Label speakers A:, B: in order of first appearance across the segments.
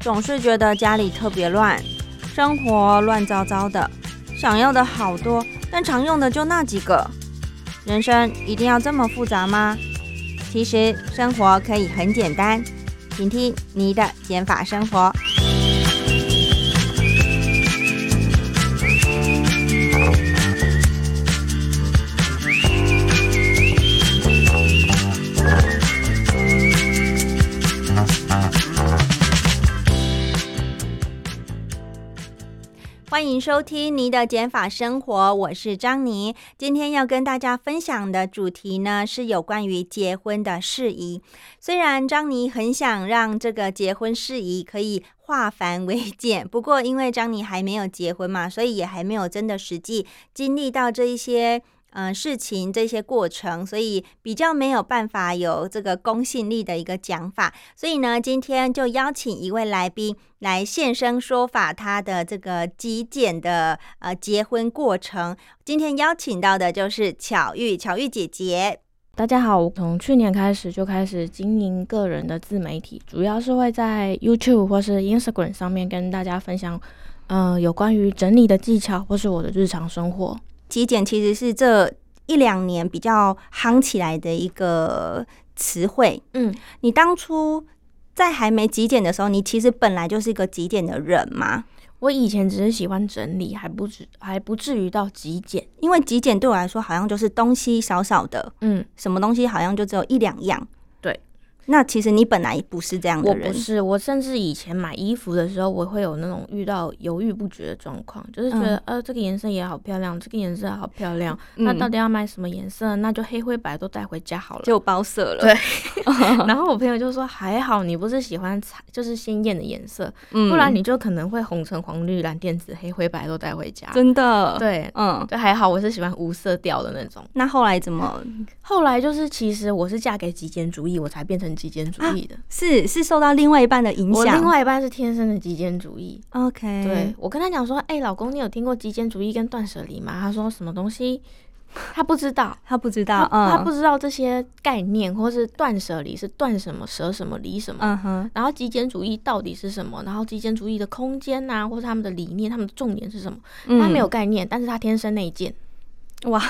A: 总是觉得家里特别乱，生活乱糟糟的，想要的好多，但常用的就那几个。人生一定要这么复杂吗？其实生活可以很简单，请听你的减法生活。欢迎收听你的减法生活，我是张妮。今天要跟大家分享的主题呢是有关于结婚的事宜。虽然张妮很想让这个结婚事宜可以化繁为简，不过因为张妮还没有结婚嘛，所以也还没有真的实际经历到这一些。嗯、呃，事情这些过程，所以比较没有办法有这个公信力的一个讲法，所以呢，今天就邀请一位来宾来现身说法他的这个极简的呃结婚过程。今天邀请到的就是巧玉，巧玉姐姐。
B: 大家好，我从去年开始就开始经营个人的自媒体，主要是会在 YouTube 或是 Instagram 上面跟大家分享，呃，有关于整理的技巧或是我的日常生活。
A: 极简其实是这一两年比较夯起来的一个词汇。
B: 嗯，
A: 你当初在还没极简的时候，你其实本来就是一个极简的人嘛。
B: 我以前只是喜欢整理，还不止，还不至于到极简。
A: 因为极简对我来说，好像就是东西少少的，
B: 嗯，
A: 什么东西好像就只有一两样。
B: 对，
A: 那其实你本来不是这样的
B: 我
A: 人。
B: 不是，我甚至以前买衣服的时候，我会有那种遇到犹豫不决的状况，就是觉得，呃，这个颜色也好漂亮，这个颜色好漂亮，那
A: 嗯
B: 到底要买什么颜色？那就黑灰白都带回家好了。
A: 就包色了，
B: 对 然后我朋友就说，还好你不是喜欢彩，就是鲜艳的颜色，
A: 嗯
B: 不然你就可能会红橙黄绿蓝靛紫黑灰白都带回 家。
A: 真的，
B: 对，
A: 嗯。
B: 就还好我是喜欢无色调的那种。
A: 那后来怎么
B: 后来就是，其实我是嫁给极简主义，我才变成极简主义的。
A: 是是受到另外一半的 影
B: 我
A: 响？嗯
B: 另外一半是天生的极简主义。
A: OK，
B: 对，我跟他讲说，哎、老公，你有听过极简主义跟断舍离吗？他说什么东西？他不知道，
A: 他不知
B: 他
A: 道， 嗯，
B: 他不知道这些概念，或是断舍离是断什么舍什么离什么。
A: 嗯哼，
B: 然后极简主义到底是什么？然后极简主义的空间呐、或是他们的理念、他们的重点是什么？他没有概念，但是他天生内建。
A: 嗯哇，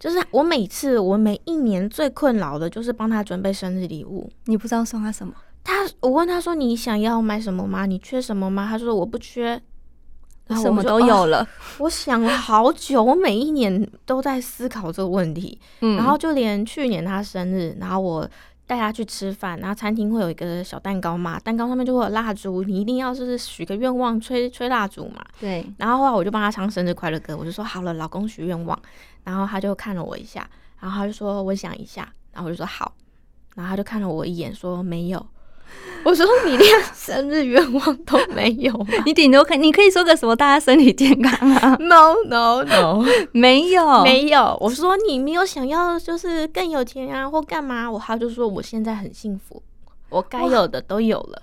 B: 就是我每次，我每一年最困扰的就是帮他准备生日礼物。
A: 你不知道送他什么，
B: 他，我问他说：“你想要买什么吗？你缺什么吗？”他说：“我不缺。”然后
A: 什
B: 我
A: 么
B: 就
A: 都。
B: 哦
A: 有了，
B: 我想了好久，我每一年都在思考这个问题。
A: 嗯
B: 然后就连去年他生日，然后我带他去吃饭，然后餐厅会有一个小蛋糕嘛，蛋糕上面就会有蜡烛，你一定要就是许个愿望，吹吹蜡烛嘛。
A: 对，
B: 然后后来我就帮他唱生日快乐歌，我就说好了，老公许愿望。然后他就看了我一下，然后他就说我想一下，然后我就说好，然后他就看了我一眼说没有。我说你连生日愿望都没有吗
A: 你顶多可你可以说个什么，大家身体健康啊？
B: ？No No No，
A: 没有，
B: 没有。我说你没有想要就是更有钱啊或干嘛？我他就说我现在很幸福，我该有的都有了。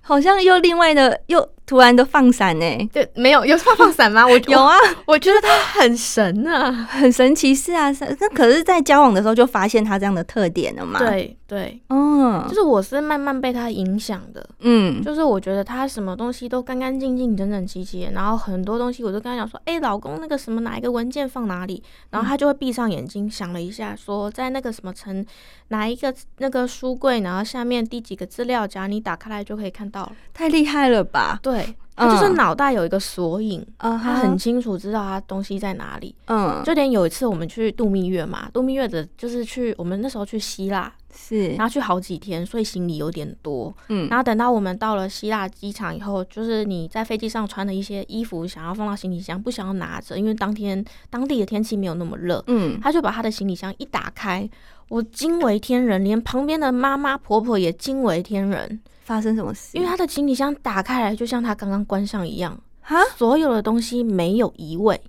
A: 好像又另外的又突然的放闪呢、欸
B: 对，没有有放放伞吗？我
A: 有，啊，
B: 我我觉得他很神啊。
A: 很神奇，是啊，是啊那可是，在交往的时候就发现他这样的特点了嘛。，
B: 对对，
A: 嗯
B: 就是我是慢慢被他影响的。
A: 嗯，
B: 就是我觉得他什么东西都干干净净、整整齐齐，然后很多东西我就跟他讲说，哎、老公，那个什么哪一个文件放哪里，然后他就会闭上眼睛想了一下，说在那个什么层哪一个那个书柜，然后下面第几个资料夹，你打开来就可以看到了。
A: 太厉害了吧？
B: 对，
A: 嗯
B: 他就是脑袋有一个索引，
A: 啊
B: 他很清楚知道他东西在哪里。
A: 嗯，
B: 就连有一次我们去度蜜月嘛，度蜜月的就是去我们那时候去希腊，
A: 是
B: 然后去好几天，所以行李有点多。
A: 嗯
B: 然后等到我们到了希腊机场以后，就是你在飞机上穿的一些衣服，想要放到行李箱，不想要拿着，因为当天当地的天气没有那么热。
A: 嗯，
B: 他就把他的行李箱一打开，我惊为天人，连旁边的妈妈婆婆也惊为天人，
A: 发生什么事？
B: 因为他的行李箱打开来就像他刚刚关上一样，
A: 哈，
B: 所有的东西没有移位，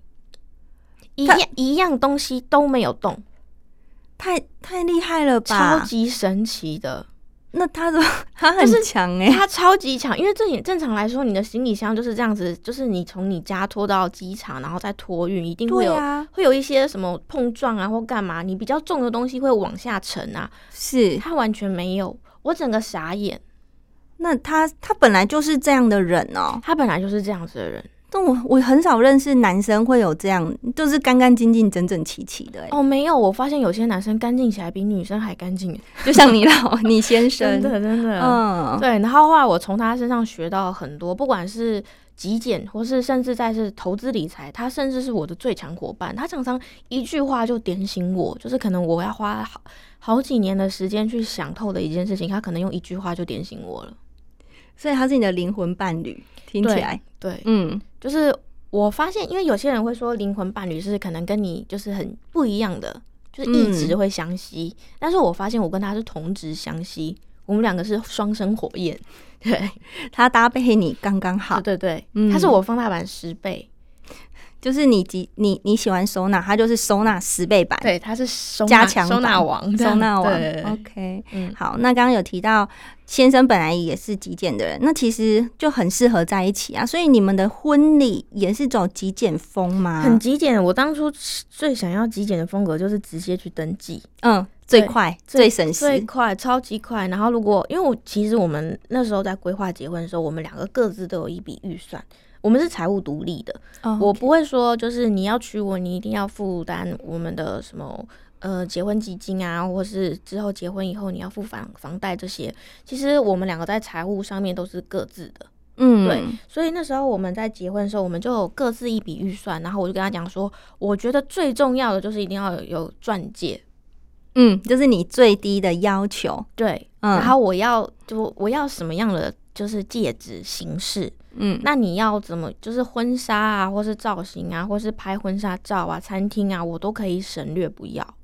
B: 一
A: 他
B: 样一样东西都没有动，
A: 太太厉害了吧？
B: 超级神奇的。
A: 那他的 他很
B: 就是
A: 强哎、
B: 他超级强，因为这也正常来说，你的行李箱就是这样子，就是你从你家拖到机场，然后再托运，一定会
A: 对
B: 有、
A: 啊，
B: 会有一些什么碰撞啊或干嘛，你比较重的东西会往下沉啊，
A: 是
B: 他完全没有，我整个傻眼。
A: 那他他本来就是这样的人哦、
B: 他本来就是这样子的人。
A: 但我我很少认识男生会有这样，就是干干净净、整整齐齐的、欸。
B: 哦，没有，我发现有些男生干净起来比女生还干净，
A: 就像 你老你先生
B: 真，的真的。
A: 嗯，
B: 对，然后后来我从他身上学到很多，不管是极简，或是甚至在是投资理财，他甚至是我的最强伙伴。他常常一句话就点醒我，就是可能我要花好好几年的时间去想透的一件事情，他可能用一句话就点醒我了。
A: 所以他是你的灵魂伴侣，听起
B: 对
A: 来，
B: 对，
A: 嗯，
B: 就是我发现，因为有些人会说灵魂伴侣是可能跟你就是很不一样的，就是一
A: 嗯
B: 直会相吸，但是我发现我跟他是同值相吸，我们两个是双生火焰， 对。
A: 他搭配你刚刚好，
B: 对对
A: 嗯
B: 对，它是我放大版十倍，
A: 就是你几你你喜欢收纳，他就是收纳十倍版，
B: 对，它是收纳
A: 加强版
B: 收纳王，这
A: 收
B: 样
A: 纳网
B: 对对对
A: ，OK。
B: 嗯，
A: 好，那刚刚有提到先生本来也是极简的人，那其实就很适合在一起啊。所以你们的婚礼也是走极简风吗？
B: 很极简。我当初最想要极简的风格就是直接去登记，
A: 嗯，最
B: 对
A: 快
B: 最
A: 最省
B: 最
A: 时，
B: 快，超级快。然后如果因为我其实我们那时候在规划结婚的时候，我们两个各自都有一笔预算。我们是财务独立的，我不会说就是你要娶我，你一定要负担我们的什么呃结婚基金啊，或是之后结婚以后你要付房房贷这些。其实我们两个在财务上面都是各自的，
A: 嗯
B: 对所以那时候我们在结婚的时候，我们就有各自一笔预算，然后我就跟他讲说，我觉得最重要的就是一定要有有钻戒，
A: 嗯，就是你最低的要求，
B: 对，
A: 嗯，
B: 然后我要就我要什么样的就是戒指形式，
A: 嗯
B: 那你要怎么就是婚纱啊，或是造型啊，或是拍婚纱照啊、餐厅啊，我都可以省略不要。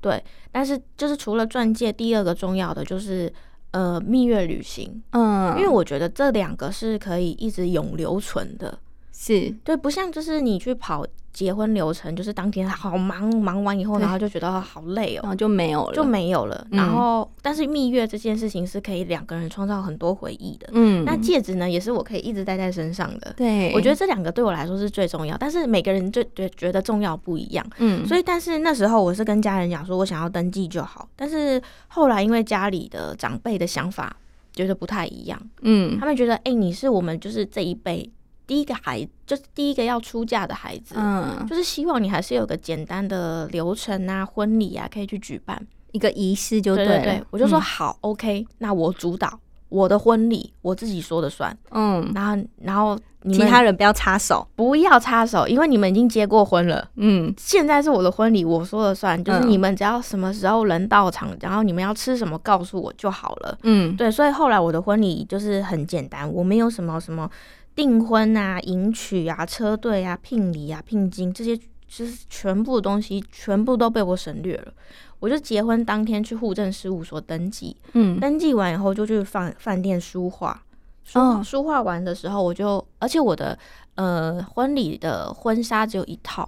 B: 对，但是就是除了钻戒，第二个重要的就是呃蜜月旅行，
A: 嗯，
B: 因为我觉得这两个是可以一直永留存的。
A: 是
B: 对，不像就是你去跑结婚流程，就是当天好忙，忙完以后，
A: 对
B: 然后就觉得好累
A: 然
B: 哦，
A: 后就没有了，
B: 就没有了。
A: 嗯
B: 然后，但是蜜月这件事情是可以两个人创造很多回忆的。
A: 嗯，
B: 那戒指呢，也是我可以一直戴在身上的。
A: 对，
B: 我觉得
A: 得
B: 这两个对我来说是最重要，但是每个人就觉觉得重要不一样。
A: 嗯，
B: 所以，但是那时候我是跟家人讲说，我想要登记就好。但是后来因为家里的长辈的想法觉得不太一样，
A: 嗯
B: 他们觉得，哎、你是我们就是这一辈第一个孩，就是第一个要出嫁的孩子，
A: 嗯，
B: 就是希望你还是有个简单的流程啊，婚礼啊可以去举办。
A: 一个仪式就
B: 对
A: 了，
B: 对，我就说
A: 嗯
B: 好、o k 那我主导我的婚礼，我自己说的算。
A: 嗯，
B: 然后，然后你
A: 其
B: 们
A: 他人不要插手，
B: 不要插手，因为你们已经结过婚了。
A: 嗯
B: 现在是我的婚礼，我说了算，就是
A: 嗯
B: 你们只要什么时候人到场，然后你们要吃什么告诉我就好了。
A: 嗯，
B: 对，所以后来我的婚礼就是很简单，我没有什么什么订婚啊、迎娶啊、车队啊、聘礼啊、聘金这些，就是全部的东西全部都被我省略了。我就结婚当天去户政事务所登记，
A: 嗯
B: 登记完以后就去饭饭店书画。书、
A: 哦
B: 书画完的时候，我就，而且我的呃婚礼的婚纱只有一套，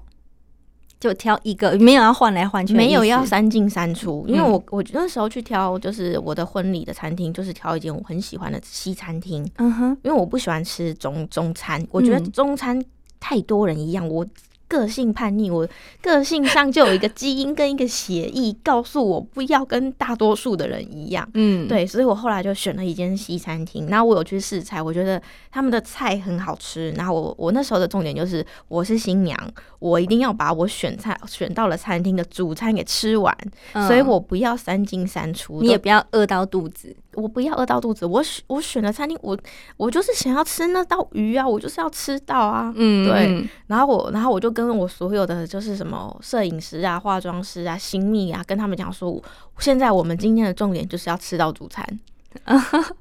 A: 就挑一个，没有要换来换去的意思，
B: 没有要三进三出，因为
A: 嗯
B: 我我那时候去挑，就是我的婚礼的餐厅，就是挑一间我很喜欢的西餐厅，
A: 嗯哼，
B: 因为我不喜欢吃中中餐，我觉得
A: 嗯
B: 中餐太多人一样，我个性叛逆，我个性上就有一个基因跟一个协议，告诉我不要跟大多数的人一样。
A: 嗯，
B: 对，所以我后来就选了一间西餐厅，然后我有去试菜，我觉得他们的菜很好吃。然后我我那时候的重点就是，我是新娘，我一定要把我选菜选到了餐厅的主餐给吃完，
A: 嗯，
B: 所以我不要三进三出，
A: 你也不要饿到肚子，
B: 我不要饿到肚子。我选我选的餐厅，我我就是想要吃那道鱼啊，我就是要吃到啊。
A: 嗯
B: 对，然后我，然后我就跟我所有的就是什么摄影师啊、化妆师啊、新密啊，跟他们讲说，我现在我们今天的重点就是要吃到主餐，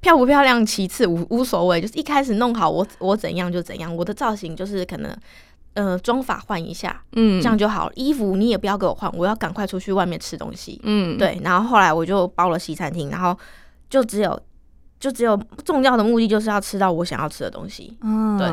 B: 漂不漂亮其次无无所谓，就是一开始弄好我我怎样就怎样，我的造型就是可能呃妆法换一下，
A: 嗯，
B: 这样就好了。衣服你也不要给我换，我要赶快出去外面吃东西。
A: 嗯，
B: 对，然后后来我就包了西餐厅，然后就只有就只有重要的目的就是要吃到我想要吃的东西，
A: 嗯，
B: 对。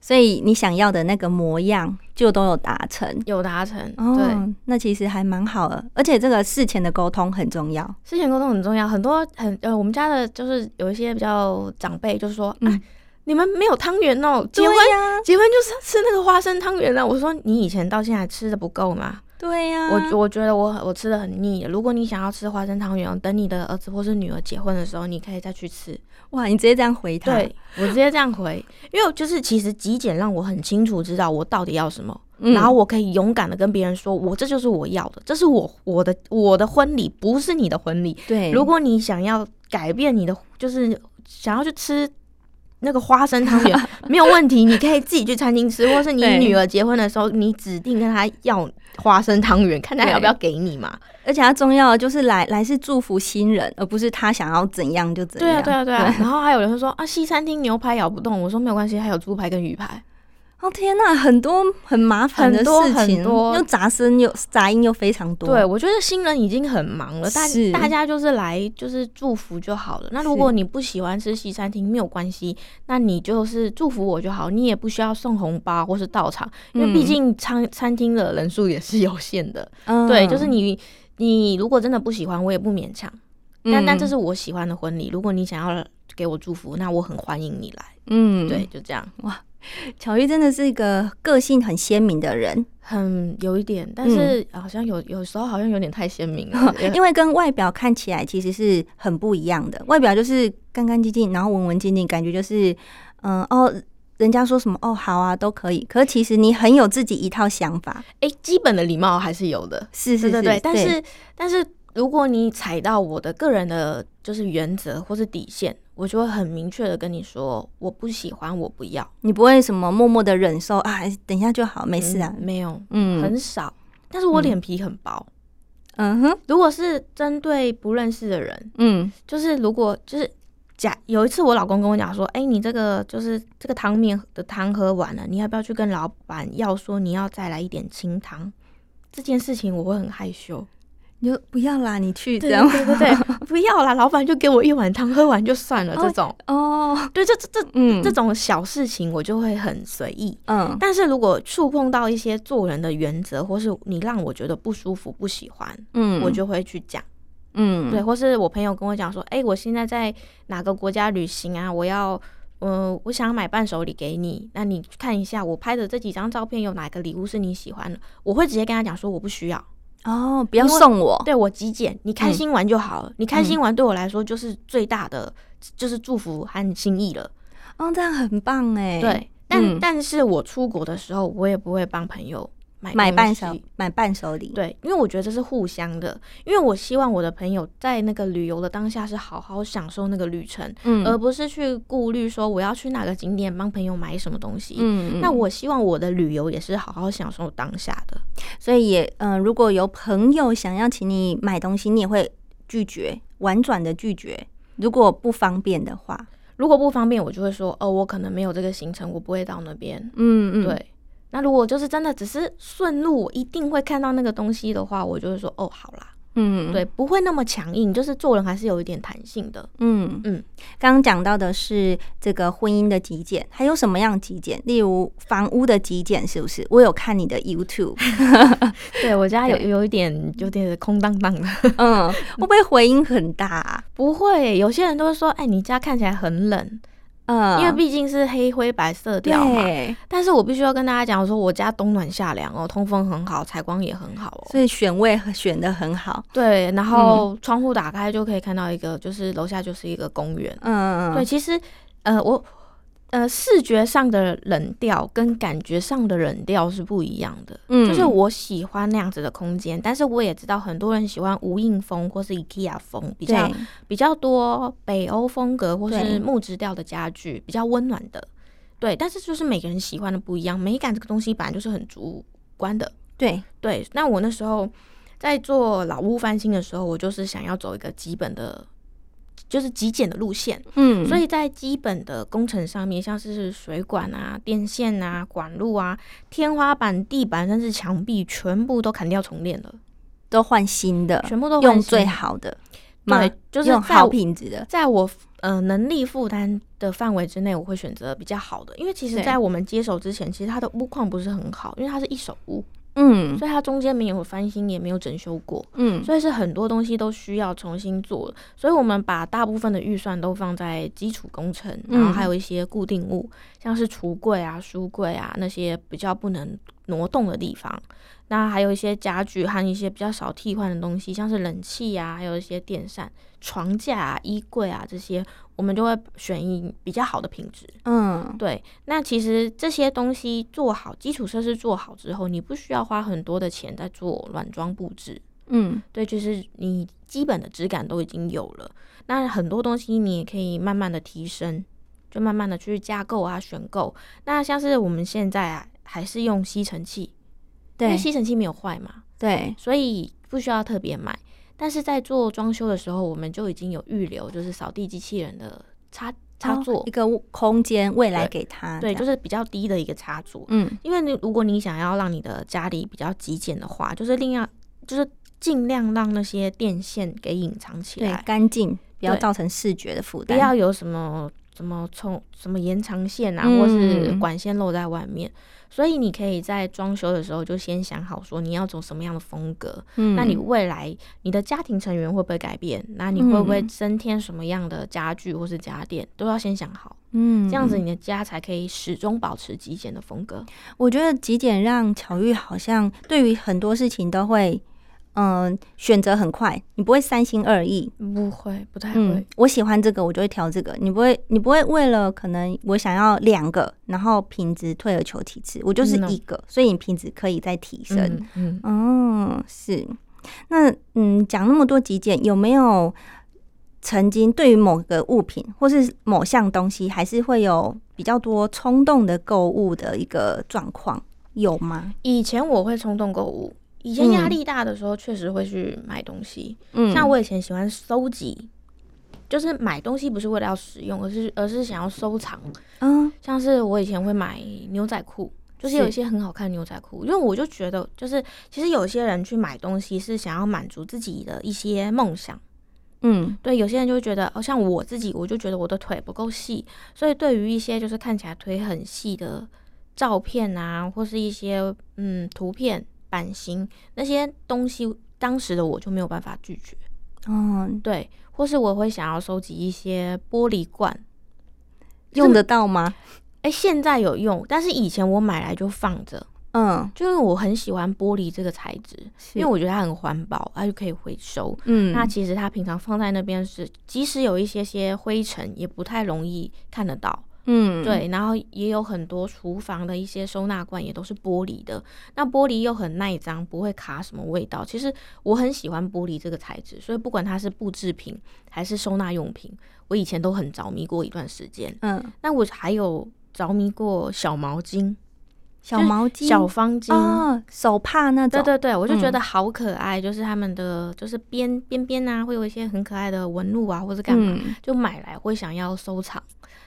A: 所以你想要的那个模样就都有达成，
B: 有达成。对，
A: 哦，那其实还蛮好的，而且这个事前的沟通很重要。
B: 事前沟通很重要，很多很呃，我们家的就是有一些比较长辈就说，哎、
A: 嗯
B: 你们没有汤圆哦，结
A: 对
B: 婚、
A: 呀、
B: 啊结婚就是要吃那个花生汤圆啊。我说你以前到现在还吃的不够吗？
A: 对呀、
B: 我我觉得我我吃的很腻了。如果你想要吃花生汤圆，哦等你的儿子或是女儿结婚的时候，你可以再去吃。
A: 哇，你直接这样回他，
B: 对我直接这样回，因为就是其实极简让我很清楚知道我到底要什么，
A: 嗯
B: 然后我可以勇敢的跟别人说，我这就是我要的，这是我我的我的婚礼，不是你的婚礼。
A: 对，
B: 如果你想要改变你的，就是想要去吃那个花生汤 圆，没有问题，你可以自己去餐厅吃，或是你
A: 对
B: 女儿结婚的时候，你指定跟她要花生汤圆，看她
A: 对
B: 要不要给你嘛。
A: 而且他重要的就是来来是祝福新人，而不是他想要怎样就怎
B: 对
A: 样。
B: 啊，对啊，对 啊。然后还有人会说啊，西餐厅牛排咬不动，我说没有关系，还有猪排跟鱼排。
A: 哦天呐，很多很麻烦的
B: 很多
A: 事情，
B: 很多
A: 又杂声又杂音又非常多。
B: 对，我觉得新人已经很忙了，大
A: 是
B: 大家就是来就是祝福就好了。那如
A: 是
B: 果你不喜欢吃西餐厅，没有关系，那你就是祝福我就好，你也不需要送红包或是到场，因为毕
A: 嗯
B: 竟餐餐厅的人数也是有限的。
A: 嗯，
B: 对，就是你你如果真的不喜欢，我也不勉强。
A: 嗯，
B: 但但这是我喜欢的婚礼，如果你想要给我祝福，那我很欢迎你来。
A: 嗯，
B: 对，，就这样，
A: 巧玉真的是一个个性很鲜明的 人，，
B: 很有一点，但是好像有有时候好像有点太鲜明了 也
A: 因为跟外表看起来其实是很不一样的。外表就是干干净净，然后文文静静，感觉就是嗯哦，人家说什么哦好啊都可以，可是其实你很有自己一套想法。
B: 哎、基本的礼貌还是有的。
A: 是是是，
B: 对对对，但是但是如果你踩到我的个人的就是原则或是底线，我就会很明确的跟你说，我不喜欢，我不要，
A: 你不会什么默默的忍受啊，等一下就好，没事啊
B: 嗯。没有，
A: 嗯
B: 很少。但是我
A: 嗯
B: 脸皮很薄，
A: 嗯哼，
B: 如果是针对不认识的人，
A: 嗯
B: 就是如果就是。假有一次，我老公跟我讲说：“哎、你这个就是这个汤面的汤喝完了，你要不要去跟老板要说你要再来一点清汤？”这件事情我会很害羞。
A: 你就不要啦，你去这
B: 对
A: 样
B: 对对对，不要啦，老板就给我一碗汤，喝完就算了。
A: 哦
B: 这种，
A: 哦，
B: 对这这这
A: 嗯
B: 这种小事情，我就会很随意。
A: 嗯
B: 但是如果触碰到一些做人的原则，或是你让我觉得不舒服、不喜欢，
A: 嗯，
B: 我就会去讲。
A: 嗯
B: 对，或是我朋友跟我讲说，哎、我现在在哪个国家旅行啊？我要，嗯、我想买伴手礼给你，那你看一下我拍的这几张照片有哪个礼物是你喜欢的？我会直接跟他讲说我不需要，
A: 哦，不要
B: 因为
A: 送我，
B: 对我极简，你开心玩就好了。你开心玩对我来说就是最大的，
A: 嗯
B: 就是祝福和心意了。
A: 哦，这样很棒哎，，
B: 对，但、
A: 嗯
B: 但是我出国的时候，我也不会帮朋友买
A: 买
B: 东
A: 伴
B: 西
A: 手买伴手礼，
B: 对，因为我觉得这是互相的，因为我希望我的朋友在那个旅游的当下是好好享受那个旅程，
A: 嗯
B: 而不是去顾虑说我要去哪个景点帮朋友买什么东西。
A: 嗯
B: 那我希望我的旅游也是好好享受当下的。
A: 所以也嗯、呃如果有朋友想要请你买东西，你也会拒绝，婉转的拒绝，如果不方便的话，
B: 如果不方便，我就会说，哦，我可能没有这个行程，我不会到那边。
A: 嗯嗯，，
B: 对。那如果就是真的只是顺路，我一定会看到那个东西的话，我就会说，哦，好啦，
A: 嗯
B: 对，不会那么强硬，就是做人还是有一点弹性的。
A: 嗯嗯
B: 嗯，
A: 刚刚讲到的是这个婚姻的极简，还有什么样极简？例如房屋的极简，是不是？我有看你的 YouTube，
B: 对我家有
A: 对
B: 有一点有点空荡荡的。
A: 嗯，会不会回音很大、啊？
B: 不会，有些人都会说，哎、你家看起来很冷，
A: 嗯，
B: 因为毕竟是黑灰白色调嘛。
A: 对，
B: 但是我必须要跟大家讲，我说我家冬暖夏凉哦，通风很好，采光也很好哦。
A: 所以选位选的很好，
B: 对，然后窗户打开就可以看到一个，就是楼下就是一个公园。
A: 嗯，
B: 对，
A: 嗯
B: 其实呃，我呃视觉上的冷调跟感觉上的冷调是不一样的。
A: 嗯
B: 就是我喜欢那样子的空间，但是我也知道很多人喜欢无印风或是 IKEA 风，比较
A: 对，
B: 比较多北欧风格或
A: 对
B: 是木质调的家具，比较温暖的。对，但是就是每个人喜欢的不一样，美感这个东西本来就是很主观的。
A: 对，
B: 对，那我那时候在做老屋翻新的时候，我就是想要走一个基本的，就是极简的路线。
A: 嗯，
B: 所
A: 以
B: 以在基本的工程上面，像是水管啊、电线啊、管路啊、天花板、地板甚至墙壁，全部都砍掉重练了，
A: 都换新的，
B: 全部都换
A: 呃用
B: 新
A: 最好的，买
B: 对，就是
A: 用
B: 在
A: 好
B: 我
A: 品质的，
B: 在我呃能力负担的范围之内，我会选择比较好的，因为其实，
A: 对
B: 在我们接手之前，其实它的屋况不是很好，因为它是一手屋，
A: 嗯
B: 所以它中间没有翻新，也没有整修过，
A: 嗯，
B: 所以是很多东西都需要重新做的。所以我们把大部分的预算都放在基础工程，
A: 嗯
B: 然后还有一些固定物，像是橱柜啊、书柜啊那些比较不能挪动的地方。那还有一些家具和一些比较少替换的东西，像是冷气呀、还有一些电扇、床架、啊、衣柜啊这些，我们就会选一比较好的品质。
A: 嗯，
B: 对，那其实这些东西做好，基础设施做好之后，你不需要花很多的钱在做软装布置。
A: 嗯，
B: 对，就是你基本的质感都已经有了，那很多东西你也可以慢慢的提升，就慢慢的去架构啊、选购。那像是我们现在啊，还是用吸尘器，因为
A: 对
B: 吸尘器没有坏嘛，
A: 对，
B: 所以不需要特别买。但是在做装修的时候，我们就已经有预留，就是扫地机器人的插插
A: 哦
B: 座，
A: 一个空间未来
B: 对
A: 给他这
B: 对，
A: 样，
B: 就是比较低的一个插座。
A: 嗯
B: 因为你如果你想要让你的家里比较极简的话，就是另要就是尽量让那些电线给隐藏起
A: 对
B: 来，
A: 干净，不要
B: 对
A: 造成视觉的负
B: 不
A: 担，
B: 要有什么什么从什么延长线啊，
A: 嗯
B: 或是管线露在外面。所以你可以在装修的时候就先想好，说你要走什么样的风格。
A: 嗯，
B: 那你未来你的家庭成员会不会改变？那你会不会
A: 嗯
B: 增添什么样的家具或是家电，都要先想好。
A: 嗯
B: 这样子，你的家才可以始终保持极简的风格。
A: 我觉得极简让巧玉好像对于很多事情都会，嗯、选择很快，你不会三心二意。
B: 不会，不太
A: 嗯，我喜欢这个，我就会挑这个。你不会，你不会为了可能我想要两个，然后品质退而求其次，我就是
B: 嗯哦
A: 一个，所以你品质可以再提升。
B: 嗯嗯，
A: 哦，是。那嗯，讲那么多极简，有没有曾经对于某个物品或是某项东西，还是会有比较多冲动的购物的一个状况？有吗？
B: 以前我会冲动购物，以前压力大的时候确实会去买东西。
A: 嗯
B: 像我以前喜欢收集，就是买东西不是为了要使用，而是而是想要收藏。
A: 嗯
B: 像是我以前会买牛仔裤。就是
A: 是
B: 有一些很好看的牛仔裤，因为我就觉得，就是其实有些人去买东西是想要满足自己的一些梦想，
A: 嗯
B: 对，有些人就会觉得，哦，像我自己，我就觉得我的腿不够细，所以对于一些就是看起来腿很细的照片啊，或是一些嗯图片版型那些东西，当时的我就没有办法拒绝，
A: 哦，
B: 对，或是我会想要收集一些玻璃罐，
A: 用得到吗？
B: 哎，现在有用，但是以前我买来就放着，
A: 嗯，
B: 就是我很喜欢玻璃这个材质，
A: 是
B: 因为我觉得它很环保，它就可以回收，
A: 嗯
B: 那其实它平常放在那边是，即使有一些些灰尘，也不太容易看得到。
A: 嗯
B: 对，然后也有很多厨房的一些收纳罐也都是玻璃的，那玻璃又很耐脏，不会卡什么味道。其实我很喜欢玻璃这个材质，所以不管它是布制品还是收纳用品，我以前都很着迷过一段时间。
A: 嗯
B: 那我还有着迷过小毛巾、
A: 小毛巾
B: 小方巾。
A: 哦，手帕那种
B: 对对对，我就觉
A: 嗯
B: 得好可爱，就是他们的就是边边边啊，会有一些很可爱的纹路啊，或者干嘛，
A: 嗯
B: 就买来会想要收藏。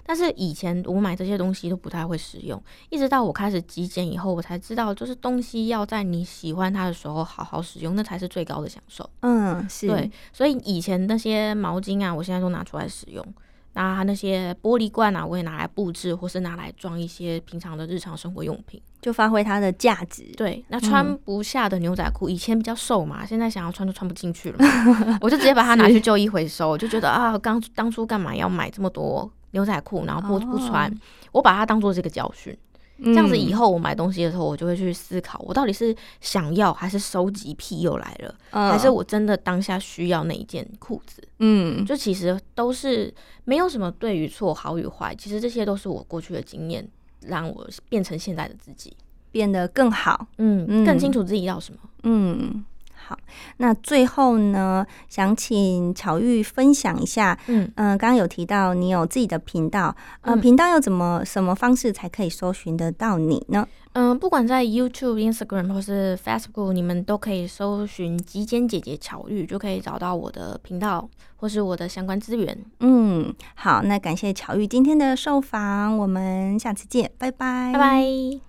B: 但是以前我买这些东西都不太会使用，一直到我开始极简以后，我才知道，就是东西要在你喜欢它的时候好好使用，那才是最高的享受。
A: 嗯是
B: 对，所以以前那些毛巾啊，我现在都拿出来使用。那那些玻璃罐啊，我也拿来布置，或是拿来装一些平常的日常生活用品。
A: 就发挥它的价值。
B: 对，那穿不下的牛仔裤，以前比较瘦嘛，现在想要穿都穿不进去了嘛， 我就直接把它拿去旧衣回收，就觉得啊，刚当初干嘛要买这么多牛仔裤，然后不、不穿
A: 哦，嗯
B: 我把它当做是一个教训，
A: 这
B: 这样子以后我买东西的时候，我就会去思考，我到底是想要还是收集癖又来了，还是我真的当下需要那一件裤子？
A: 嗯
B: 就其实都是没有什么对与错、好与坏，其实这些都是我过去的经验，让我变成现在的自己。
A: 变得更好。
B: 嗯，
A: 嗯
B: 更清楚自己要什么。
A: 嗯，好，那最后呢，想请巧玉分享一下，
B: 嗯，
A: 嗯、刚刚有提到你有自己的频道，呃，
B: 嗯
A: 频道要怎么什么方式才可以搜寻得到你呢？
B: 嗯、不管在 YouTube、Instagram 或是 Facebook，你们都可以搜寻“极简姐姐巧遇”，就可以找到我的频道或是我的相关资源。
A: 嗯，好，那感谢巧玉今天的受访，我们下次见，拜拜，
B: 拜拜。